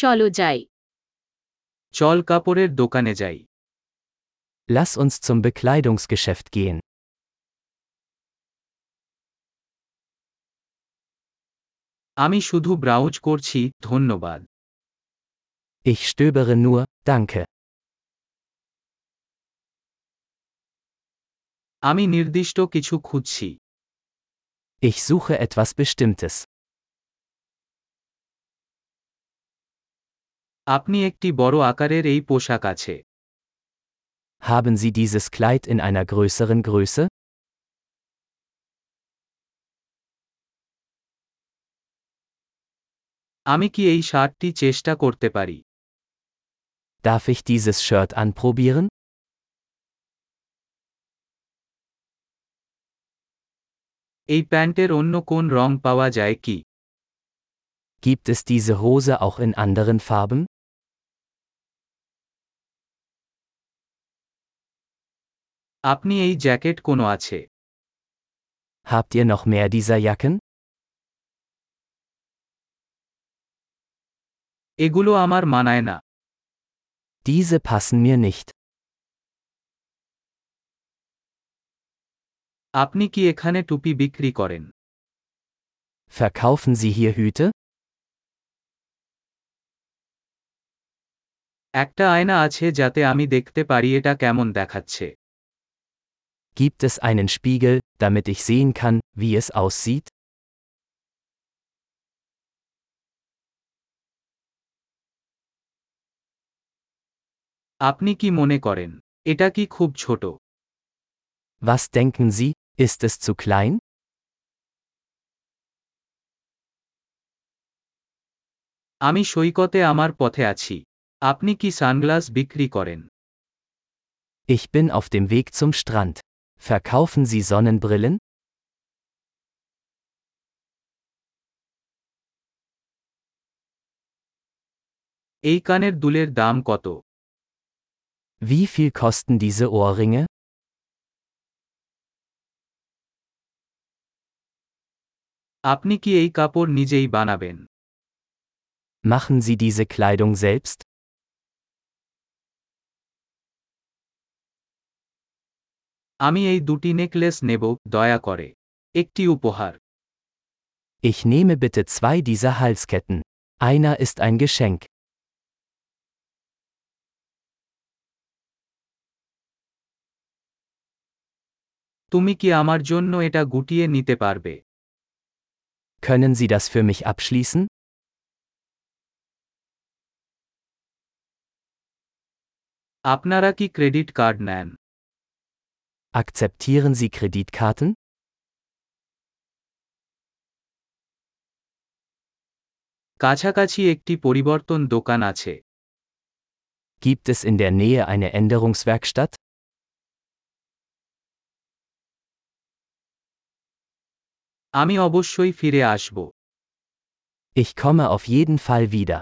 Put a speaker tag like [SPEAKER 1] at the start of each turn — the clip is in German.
[SPEAKER 1] চলো যাই
[SPEAKER 2] চল কাপড়ের দোকানে যাই
[SPEAKER 3] Lass uns zum Bekleidungsgeschäft gehen.
[SPEAKER 2] আমি শুধু ব্রাউজ করছি ধন্যবাদ
[SPEAKER 3] Ich stöbere nur, danke.
[SPEAKER 2] আমি নির্দিষ্ট কিছু খুঁজছি
[SPEAKER 3] Ich suche etwas Bestimmtes.
[SPEAKER 2] আপনি একটি বড় আকারের এই পোশাক আছে
[SPEAKER 3] Haben Sie dieses Kleid in einer größeren Größe?
[SPEAKER 2] আমি কি এই শার্টটি চেষ্টা করতে পারি
[SPEAKER 3] Darf ich dieses Shirt anprobieren?
[SPEAKER 2] এই প্যান্টের অন্য কোন রং পাওয়া যায় কি
[SPEAKER 3] Gibt es diese Hose auch in anderen Farben?
[SPEAKER 2] আপনি এই জ্যাকেট কোনো আছে
[SPEAKER 3] Habt ihr noch mehr dieser Jacken?
[SPEAKER 2] এগুলো আমার মানায় না
[SPEAKER 3] Diese passen mir nicht.
[SPEAKER 2] আপনি কি এখানে টুপি বিক্রি করেন
[SPEAKER 3] Verkaufen Sie hier Hüte?
[SPEAKER 2] একটা আয়না আছে যাতে আমি দেখতে পারি এটা কেমন দেখাচ্ছে
[SPEAKER 3] Gibt es einen Spiegel, damit ich sehen kann, wie es aussieht?
[SPEAKER 2] আপনি কি মনে করেন এটা কি খুব ছোট
[SPEAKER 3] Was denken Sie, ist es zu klein?
[SPEAKER 2] আমি সৈকতে আমার পথে আছি আপনি কি সানগ্লাস বিক্রি করেন
[SPEAKER 3] Ich bin auf dem Weg zum Strand. Verkaufen Sie Sonnenbrillen?
[SPEAKER 2] এই কানের দুলের দাম কত
[SPEAKER 3] Wie viel kosten diese Ohrringe?
[SPEAKER 2] আপনি কি এই কাপড় নিজেই বানাবেন
[SPEAKER 3] Machen Sie diese Kleidung selbst?
[SPEAKER 2] আমি এই দুটি নেকলেস নেব দয়া করে একটি উপহার
[SPEAKER 3] Ich nehme bitte zwei dieser Halsketten. Einer ist ein Geschenk.
[SPEAKER 2] তুমি কি আমার জন্য এটা গুটিয়ে নিতে পারবে
[SPEAKER 3] Können Sie das für mich abschließen?
[SPEAKER 2] আপনারা কি ক্রেডিট কার্ড নেন
[SPEAKER 3] Akzeptieren Sie Kreditkarten?
[SPEAKER 2] কাছাকাছি একটি পরিবর্তন দোকান আছে
[SPEAKER 3] Gibt es in der Nähe eine Änderungswerkstatt?
[SPEAKER 2] আমি অবশ্যই ফিরে আসব
[SPEAKER 3] Ich komme auf jeden Fall wieder.